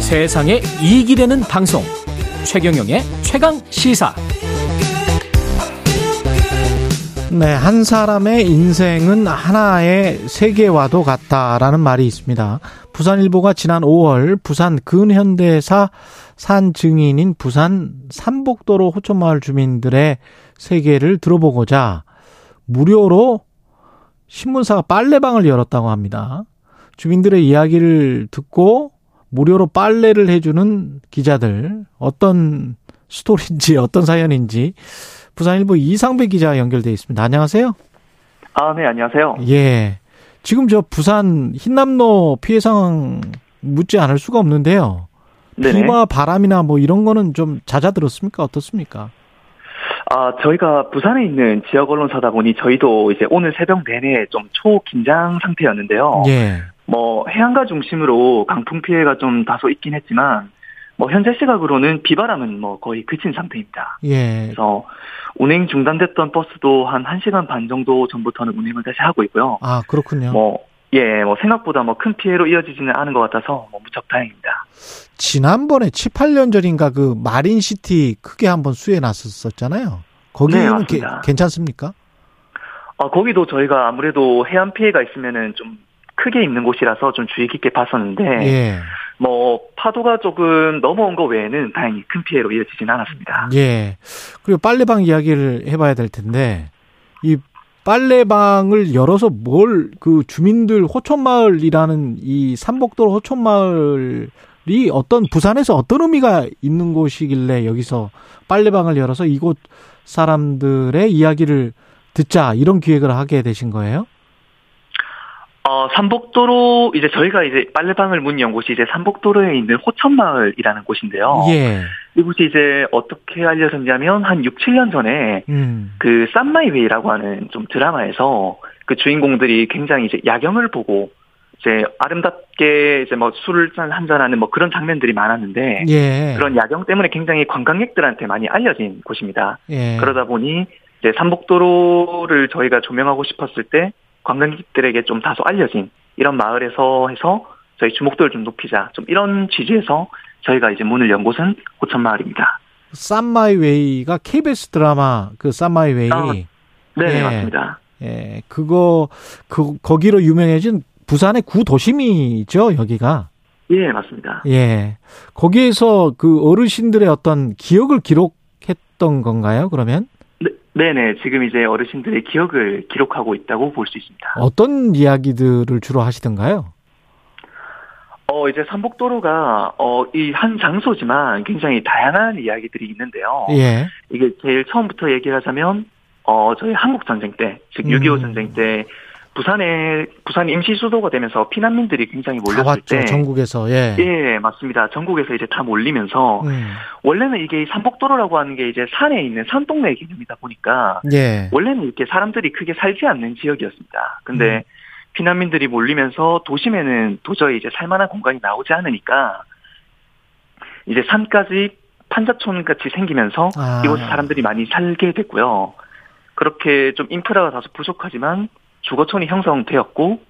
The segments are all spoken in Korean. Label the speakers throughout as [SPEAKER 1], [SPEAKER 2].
[SPEAKER 1] 세상에 이익이 되는 방송 최경영의 최강 시사
[SPEAKER 2] 네, 한 사람의 인생은 하나의 세계와도 같다라는 말이 있습니다. 부산일보가 지난 5월 부산 근현대사 산 증인인 부산 삼복도로 호촌마을 주민들의 세계를 들어보고자 무료로 신문사가 빨래방을 열었다고 합니다. 주민들의 이야기를 듣고 무료로 빨래를 해주는 기자들 어떤 스토리인지 어떤 사연인지 부산일보 이상배 기자 연결돼 있습니다. 안녕하세요.
[SPEAKER 3] 아, 네, 안녕하세요.
[SPEAKER 2] 예. 지금 저 부산 흰남로 피해 상황 묻지 않을 수가 없는데요.
[SPEAKER 3] 네네.
[SPEAKER 2] 비와 바람이나 뭐 이런 거는 좀 잦아들었습니까? 어떻습니까?
[SPEAKER 3] 아, 저희가 부산에 있는 지역 언론사다 보니 저희도 이제 오늘 새벽 내내 좀 초긴장 상태였는데요.
[SPEAKER 2] 예.
[SPEAKER 3] 뭐 해안가 중심으로 강풍 피해가 좀 다소 있긴 했지만 뭐 현재 시각으로는 비바람은 뭐 거의 그친 상태입니다.
[SPEAKER 2] 예.
[SPEAKER 3] 그래서 운행 중단됐던 버스도 한 1시간 반 정도 전부터는 운행을 다시 하고 있고요.
[SPEAKER 2] 아, 그렇군요.
[SPEAKER 3] 뭐 예, 뭐 생각보다 뭐 큰 피해로 이어지지는 않은 것 같아서 뭐 무척 다행입니다.
[SPEAKER 2] 지난번에 7, 8년 전인가 그 마린시티 크게 한번 수해 났었었잖아요.
[SPEAKER 3] 네,
[SPEAKER 2] 거기는 게,
[SPEAKER 3] 맞습니다.
[SPEAKER 2] 괜찮습니까?
[SPEAKER 3] 아, 거기도 저희가 아무래도 해안 피해가 있으면은 좀 크게 있는 곳이라서 좀 주의 깊게 봤었는데
[SPEAKER 2] 예.
[SPEAKER 3] 뭐 파도가 조금 넘어온 거 외에는 다행히 큰 피해로 이어지진 않았습니다.
[SPEAKER 2] 예. 그리고 빨래방 이야기를 해봐야 될 텐데, 이 빨래방을 열어서 뭘 그 주민들 호촌마을이라는 이 삼복도로 호촌마을이 어떤 부산에서 어떤 의미가 있는 곳이길래 여기서 빨래방을 열어서 이곳 사람들의 이야기를 듣자 이런 기획을 하게 되신 거예요?
[SPEAKER 3] 어, 삼복도로 이제 저희가 이제 빨래방을 문 연 곳이 이제 삼복도로에 있는 호천마을이라는 곳인데요.
[SPEAKER 2] 예.
[SPEAKER 3] 이곳이 이제 어떻게 알려졌냐면 한 6, 7년 전에
[SPEAKER 2] 음.
[SPEAKER 3] 그 쌈마이웨이라고 하는 좀 드라마에서 그 주인공들이 굉장히 이제 야경을 보고 이제 아름답게 이제 뭐 술을 짠 한잔하는 뭐 그런 장면들이 많았는데
[SPEAKER 2] 예.
[SPEAKER 3] 그런 야경 때문에 굉장히 관광객들한테 많이 알려진 곳입니다.
[SPEAKER 2] 예.
[SPEAKER 3] 그러다 보니 이제 삼복도로를 저희가 조명하고 싶었을 때 관광객들에게 좀 다소 알려진 이런 마을에서 해서 저희 주목도를 좀 높이자 좀 이런 취지에서 저희가 이제 문을 연 곳은 고천마을입니다.
[SPEAKER 2] 쌈마이웨이가 KBS 드라마 그 쌈마이웨이
[SPEAKER 3] 아, 네,
[SPEAKER 2] 예.
[SPEAKER 3] 맞습니다.
[SPEAKER 2] 예, 그거 그 거기로 유명해진 부산의 구도심이죠 여기가.
[SPEAKER 3] 예, 맞습니다.
[SPEAKER 2] 예, 거기에서 그 어르신들의 어떤 기억을 기록했던 건가요? 그러면
[SPEAKER 3] 네, 네, 지금 이제 어르신들의 기억을 기록하고 있다고 볼 수 있습니다.
[SPEAKER 2] 어떤 이야기들을 주로 하시던가요?
[SPEAKER 3] 어, 이제 삼복도로가 어, 이 한 장소지만 굉장히 다양한 이야기들이 있는데요.
[SPEAKER 2] 예,
[SPEAKER 3] 이게 제일 처음부터 얘기를 하자면 어 저희 한국 전쟁 때, 즉 6.25
[SPEAKER 2] 음.
[SPEAKER 3] 전쟁 때 부산에 부산 임시 수도가 되면서 피난민들이 굉장히
[SPEAKER 2] 다
[SPEAKER 3] 몰렸을
[SPEAKER 2] 왔죠
[SPEAKER 3] 때
[SPEAKER 2] 전국에서 예.
[SPEAKER 3] 예, 맞습니다. 전국에서 이제 다 몰리면서
[SPEAKER 2] 음,
[SPEAKER 3] 원래는 이게 이 삼복도로라고 하는 게 이제 산에 있는 산동네 개념이다 보니까
[SPEAKER 2] 예,
[SPEAKER 3] 원래는 이렇게 사람들이 크게 살지 않는 지역이었습니다. 근데
[SPEAKER 2] 음.
[SPEAKER 3] 피난민들이 몰리면서 도심에는 도저히 이제 살만한 공간이 나오지 않으니까 이제 산까지 판자촌 같이 생기면서
[SPEAKER 2] 아.
[SPEAKER 3] 뭐, 이곳에 사람들이 많이 살게 됐고요. 그렇게 좀 인프라가 다소 부족하지만 주거촌이 형성되었고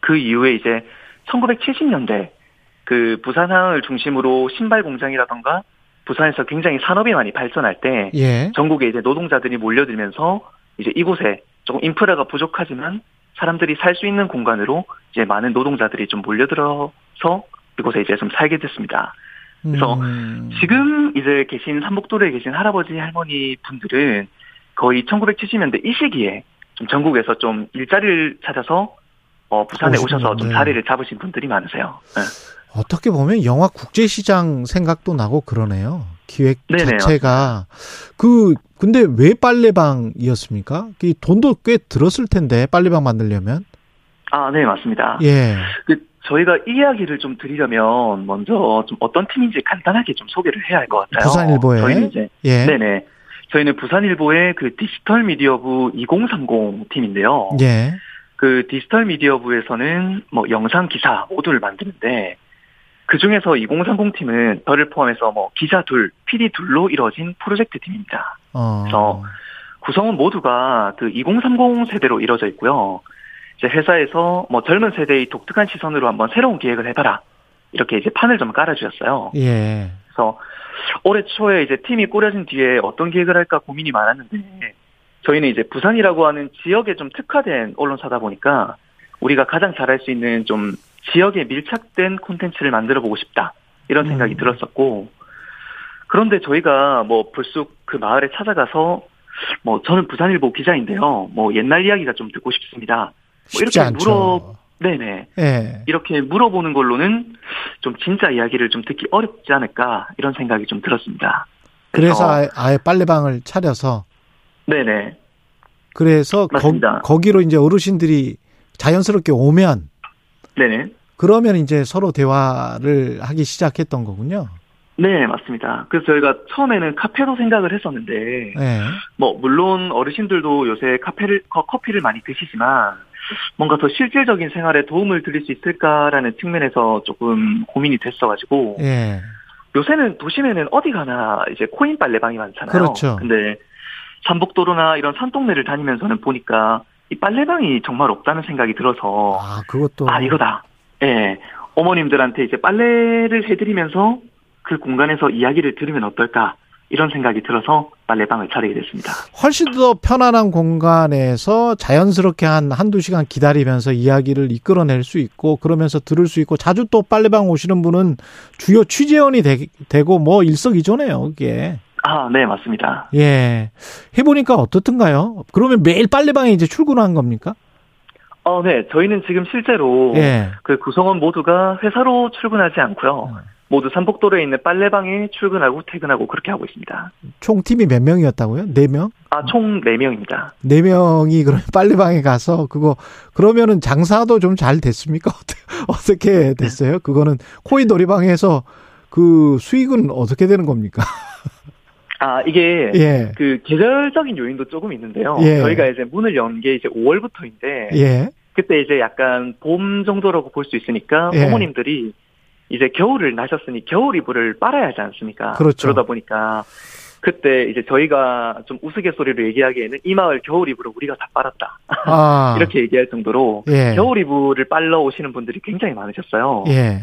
[SPEAKER 3] 그 이후에 이제 1970년대 그 부산항을 중심으로 신발 공장이라던가 부산에서 굉장히 산업이 많이 발전할 때
[SPEAKER 2] 예.
[SPEAKER 3] 전국에 이제 노동자들이 몰려들면서 이제 이곳에 조금 인프라가 부족하지만 사람들이 살 수 있는 공간으로 이제 많은 노동자들이 좀 몰려들어서 이곳에 이제 좀 살게 됐습니다. 그래서
[SPEAKER 2] 음,
[SPEAKER 3] 지금 이제 계신 삼복도로에 계신 할아버지 할머니 분들은 거의 1970년대 이 시기에 좀 전국에서 좀 일자리를 찾아서 어, 부산에
[SPEAKER 2] 오시는
[SPEAKER 3] 오셔서 좀
[SPEAKER 2] 분들.
[SPEAKER 3] 자리를 잡으신 분들이 많으세요. 네.
[SPEAKER 2] 어떻게 보면 영화 국제시장 생각도 나고 그러네요. 기획
[SPEAKER 3] 네네,
[SPEAKER 2] 자체가 그 근데 왜 빨래방이었습니까? 그 돈도 꽤 들었을 텐데 빨래방 만들려면
[SPEAKER 3] 아, 네, 맞습니다.
[SPEAKER 2] 예,
[SPEAKER 3] 그 저희가 이 이야기를 좀 드리려면 먼저 좀 어떤 팀인지 간단하게 좀 소개를 해야 할 것 같아요.
[SPEAKER 2] 부산일보에?
[SPEAKER 3] 저희는 이제
[SPEAKER 2] 예,
[SPEAKER 3] 네네 저희는 부산일보의 그 디지털 미디어부 2030 팀인데요.
[SPEAKER 2] 예,
[SPEAKER 3] 그 디지털 미디어부에서는 뭐 영상 기사 모두를 만드는데 그 중에서 2030 팀은 저를 포함해서 뭐 기자 둘, PD 둘로 이루어진 프로젝트 팀입니다.
[SPEAKER 2] 어,
[SPEAKER 3] 그래서 구성원 모두가 그 2030 세대로 이루어져 있고요. 이제 회사에서 뭐 젊은 세대의 독특한 시선으로 한번 새로운 기획을 해봐라. 이렇게 이제 판을 좀 깔아주셨어요.
[SPEAKER 2] 예.
[SPEAKER 3] 그래서 올해 초에 이제 팀이 꾸려진 뒤에 어떤 기획을 할까 고민이 많았는데 저희는 이제 부산이라고 하는 지역에 좀 특화된 언론사다 보니까 우리가 가장 잘할 수 있는 좀 지역에 밀착된 콘텐츠를 만들어 보고 싶다 이런 생각이
[SPEAKER 2] 음.
[SPEAKER 3] 들었었고 그런데 저희가 뭐 불쑥 그 마을에 찾아가서 뭐 저는 부산일보 기자인데요 뭐 옛날 이야기가 좀 듣고 싶습니다
[SPEAKER 2] 쉽지
[SPEAKER 3] 이렇게
[SPEAKER 2] 않죠.
[SPEAKER 3] 물어- 네네
[SPEAKER 2] 예.
[SPEAKER 3] 이렇게 물어보는 걸로는 좀 진짜 이야기를 좀 듣기 어렵지 않을까 이런 생각이 좀 들었습니다.
[SPEAKER 2] 그래서
[SPEAKER 3] 어.
[SPEAKER 2] 아예, 아예 빨래방을 차려서
[SPEAKER 3] 네네
[SPEAKER 2] 그래서 거,
[SPEAKER 3] 맞습니다.
[SPEAKER 2] 거기로 이제 어르신들이 자연스럽게 오면
[SPEAKER 3] 네네
[SPEAKER 2] 그러면 이제 서로 대화를 하기 시작했던 거군요.
[SPEAKER 3] 네 맞습니다. 그래서 저희가 처음에는 카페도 생각을 했었는데
[SPEAKER 2] 예.
[SPEAKER 3] 뭐 물론 어르신들도 요새 카페를 커- 커피를 많이 드시지만 뭔가 더 실질적인 생활에 도움을 드릴 수 있을까라는 측면에서 조금 고민이 됐어가지고
[SPEAKER 2] 예.
[SPEAKER 3] 요새는 도심에는 어디 가나 이제 코인 빨래방이 많잖아요.
[SPEAKER 2] 그렇죠.
[SPEAKER 3] 근데 삼복도로나 이런 산동네를 다니면서는 보니까 이 빨래방이 정말 없다는 생각이 들어서
[SPEAKER 2] 아, 그것도
[SPEAKER 3] 아 이거다. 예. 어머님들한테 이제 빨래를 해드리면서 그 공간에서 이야기를 들으면 어떨까 이런 생각이 들어서 빨래방을 차리게 됐습니다.
[SPEAKER 2] 훨씬 더 편안한 공간에서 자연스럽게 한 한두 시간 기다리면서 이야기를 이끌어낼 수 있고 그러면서 들을 수 있고 자주 또 빨래방 오시는 분은 주요 취재원이 되, 고뭐 일석이조네요, 그게.
[SPEAKER 3] 아, 네, 맞습니다.
[SPEAKER 2] 예. 해보니까 어떻던가요? 그러면 매일 빨래방에 이제 출근한 겁니까?
[SPEAKER 3] 어, 네. 저희는 지금 실제로
[SPEAKER 2] 예.
[SPEAKER 3] 그 구성원 모두가 회사로 출근하지 않고요.
[SPEAKER 2] 음.
[SPEAKER 3] 모두 삼복도로에 있는 빨래방에 출근하고 퇴근하고 그렇게 하고 있습니다.
[SPEAKER 2] 총 팀이 몇 명이었다고요? 네 명?
[SPEAKER 3] 아, 총 4명입니다.
[SPEAKER 2] 네 명이 그럼 빨래방에 가서 그거 그러면은 장사도 좀 잘 됐습니까? 어떻게- 어떻게 됐어요? 그거는 코인 놀이방에서 그 수익은 어떻게 되는 겁니까?
[SPEAKER 3] 아, 이게
[SPEAKER 2] 예.
[SPEAKER 3] 그 계절적인 요인도 조금 있는데요.
[SPEAKER 2] 예.
[SPEAKER 3] 저희가 이제 문을 연 게 이제 5월부터인데
[SPEAKER 2] 예.
[SPEAKER 3] 그때 이제 약간 봄 정도라고 볼 수 있으니까
[SPEAKER 2] 예.
[SPEAKER 3] 부모님들이 이제 겨울을 나셨으니 겨울 이불을 빨아야 하지 않습니까?
[SPEAKER 2] 그렇죠.
[SPEAKER 3] 그러다 보니까 그때 이제 저희가 좀 우스갯소리로 얘기하기에는 이 마을 겨울 이불을 우리가 다 빨았다
[SPEAKER 2] 아.
[SPEAKER 3] 이렇게 얘기할 정도로
[SPEAKER 2] 예.
[SPEAKER 3] 겨울 이불을 빨러 오시는 분들이 굉장히 많으셨어요.
[SPEAKER 2] 예.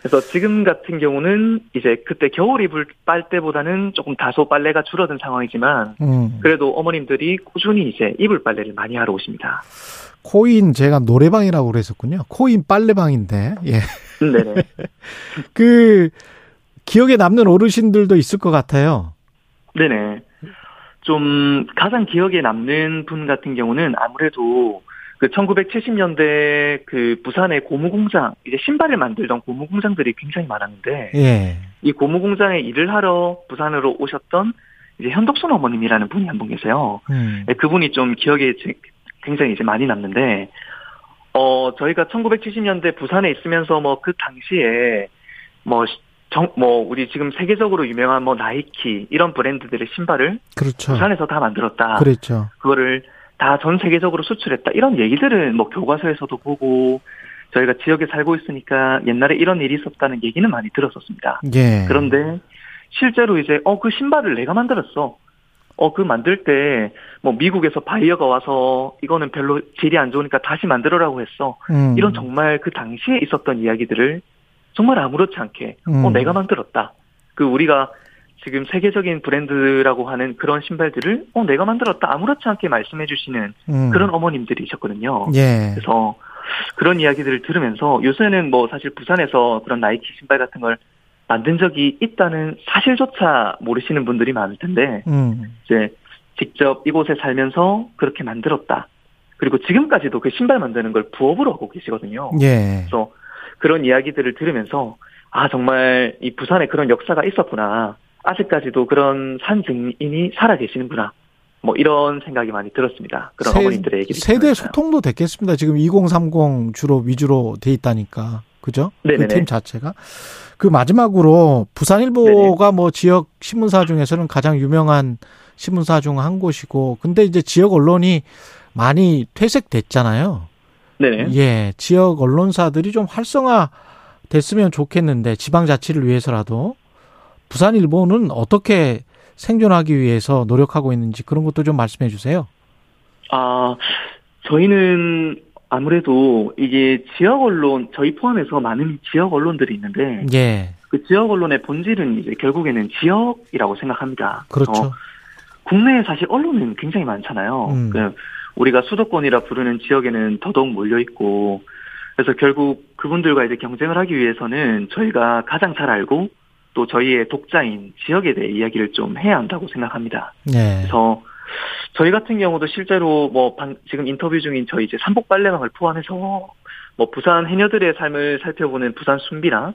[SPEAKER 3] 그래서 지금 같은 경우는 이제 그때 겨울 이불 빨 때보다는 조금 다소 빨래가 줄어든 상황이지만
[SPEAKER 2] 음.
[SPEAKER 3] 그래도 어머님들이 꾸준히 이제 이불 빨래를 많이 하러 오십니다.
[SPEAKER 2] 코인 제가 노래방이라고 그랬었군요. 코인 빨래방인데. 예.
[SPEAKER 3] 네네.
[SPEAKER 2] 그 기억에 남는 어르신들도 있을 것 같아요.
[SPEAKER 3] 네네. 좀 가장 기억에 남는 분 같은 경우는 아무래도 그 1970년대 그 부산의 고무 공장 이제 신발을 만들던 고무 공장들이 굉장히 많았는데
[SPEAKER 2] 예.
[SPEAKER 3] 이 고무 공장에 일을 하러 부산으로 오셨던 이제 현덕순 어머님이라는 분이 한 분 계세요.
[SPEAKER 2] 음.
[SPEAKER 3] 네, 그분이 좀 기억에 제- 굉장히 이제 많이 남는데, 어, 저희가 1970년대 부산에 있으면서 뭐 그 당시에 뭐, 시- 정, 뭐, 우리 지금 세계적으로 유명한 뭐 나이키 이런 브랜드들의 신발을
[SPEAKER 2] 그렇죠.
[SPEAKER 3] 부산에서 다 만들었다.
[SPEAKER 2] 그랬죠.
[SPEAKER 3] 그거를 다 전 세계적으로 수출했다. 이런 얘기들은 뭐 교과서에서도 보고 저희가 지역에 살고 있으니까 옛날에 이런 일이 있었다는 얘기는 많이 들었었습니다.
[SPEAKER 2] 예.
[SPEAKER 3] 그런데 실제로 이제 어 그 신발을 내가 만들었어. 어 그 만들 때 뭐 미국에서 바이어가 와서 이거는 별로 질이 안 좋으니까 다시 만들어라고 했어.
[SPEAKER 2] 음.
[SPEAKER 3] 이런 정말 그 당시에 있었던 이야기들을 정말 아무렇지 않게 어
[SPEAKER 2] 음.
[SPEAKER 3] 내가 만들었다. 그 우리가 지금 세계적인 브랜드라고 하는 그런 신발들을 어 내가 만들었다 아무렇지 않게 말씀해 주시는
[SPEAKER 2] 음.
[SPEAKER 3] 그런 어머님들이셨거든요.
[SPEAKER 2] 예.
[SPEAKER 3] 그래서 그런 이야기들을 들으면서 요새는 뭐 사실 부산에서 그런 나이키 신발 같은 걸 만든 적이 있다는 사실조차 모르시는 분들이 많을 텐데
[SPEAKER 2] 음.
[SPEAKER 3] 이제 직접 이곳에 살면서 그렇게 만들었다. 그리고 지금까지도 그 신발 만드는 걸 부업으로 하고 계시거든요.
[SPEAKER 2] 예.
[SPEAKER 3] 그래서 그런 이야기들을 들으면서 아 정말 이 부산에 그런 역사가 있었구나. 아직까지도 그런 산 증인이 살아 계시는구나. 뭐 이런 생각이 많이 들었습니다. 그런
[SPEAKER 2] 세-
[SPEAKER 3] 어머님들의 얘기를
[SPEAKER 2] 세대
[SPEAKER 3] 들으면서요.
[SPEAKER 2] 소통도 됐겠습니다. 지금 2030 주로 위주로 돼 있다니까. 그죠?
[SPEAKER 3] 네네네.
[SPEAKER 2] 그 팀 자체가. 그 마지막으로 부산일보가 뭐 지역 신문사 중에서는 가장 유명한 신문사 중 한 곳이고 근데 이제 지역 언론이 많이 퇴색됐잖아요.
[SPEAKER 3] 네네.
[SPEAKER 2] 예. 지역 언론사들이 좀 활성화 됐으면 좋겠는데 지방 자치를 위해서라도 부산일보는 어떻게 생존하기 위해서 노력하고 있는지 그런 것도 좀 말씀해 주세요.
[SPEAKER 3] 아, 저희는 아무래도 이게 지역 언론 저희 포함해서 많은 지역 언론들이 있는데
[SPEAKER 2] 예.
[SPEAKER 3] 그 지역 언론의 본질은 이제 결국에는 지역이라고 생각합니다. 어,
[SPEAKER 2] 그렇죠.
[SPEAKER 3] 국내에 사실 언론은 굉장히 많잖아요.
[SPEAKER 2] 음.
[SPEAKER 3] 그 우리가 수도권이라 부르는 지역에는 더더욱 몰려 있고 그래서 결국 그분들과 이제 경쟁을 하기 위해서는 저희가 가장 잘 알고 또 저희의 독자인 지역에 대해 이야기를 좀 해야 한다고 생각합니다.
[SPEAKER 2] 네.
[SPEAKER 3] 그래서 저희 같은 경우도 실제로 뭐 방- 지금 인터뷰 중인 저희 이제 삼복 빨래방을 포함해서 뭐 부산 해녀들의 삶을 살펴보는 부산 순비랑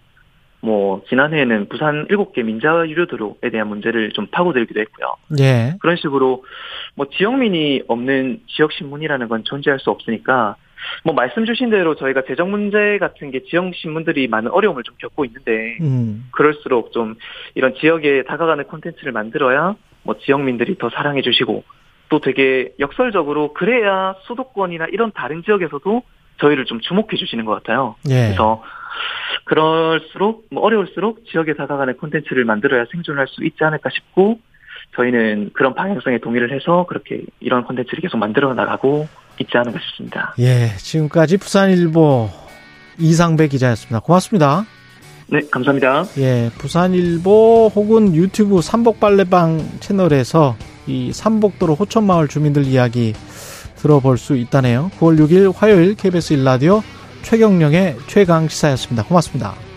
[SPEAKER 3] 뭐 지난해에는 부산 일곱 개 민자 유료도로에 대한 문제를 좀 파고들기도 했고요.
[SPEAKER 2] 예.
[SPEAKER 3] 그런 식으로 뭐 지역민이 없는 지역 신문이라는 건 존재할 수 없으니까 뭐 말씀 주신 대로 저희가 재정 문제 같은 게 지역 신문들이 많은 어려움을 좀 겪고 있는데
[SPEAKER 2] 음.
[SPEAKER 3] 그럴수록 좀 이런 지역에 다가가는 콘텐츠를 만들어야 뭐 지역민들이 더 사랑해 주시고 또 되게 역설적으로 그래야 수도권이나 이런 다른 지역에서도 저희를 좀 주목해 주시는 것 같아요.
[SPEAKER 2] 예.
[SPEAKER 3] 그래서 그럴수록 뭐 어려울수록 지역에 다가가는 콘텐츠를 만들어야 생존할 수 있지 않을까 싶고 저희는 그런 방향성에 동의를 해서 그렇게 이런 콘텐츠를 계속 만들어 나가고 있지 않은가 싶습니다.
[SPEAKER 2] 예. 지금까지 부산일보 이상배 기자였습니다. 고맙습니다.
[SPEAKER 3] 네, 감사합니다.
[SPEAKER 2] 예, 부산일보 혹은 유튜브 삼복발레방 채널에서 이 삼복도로 호천마을 주민들 이야기 들어볼 수 있다네요. 9월 6일 화요일 KBS 일라디오 최경령의 최강 시사였습니다. 고맙습니다.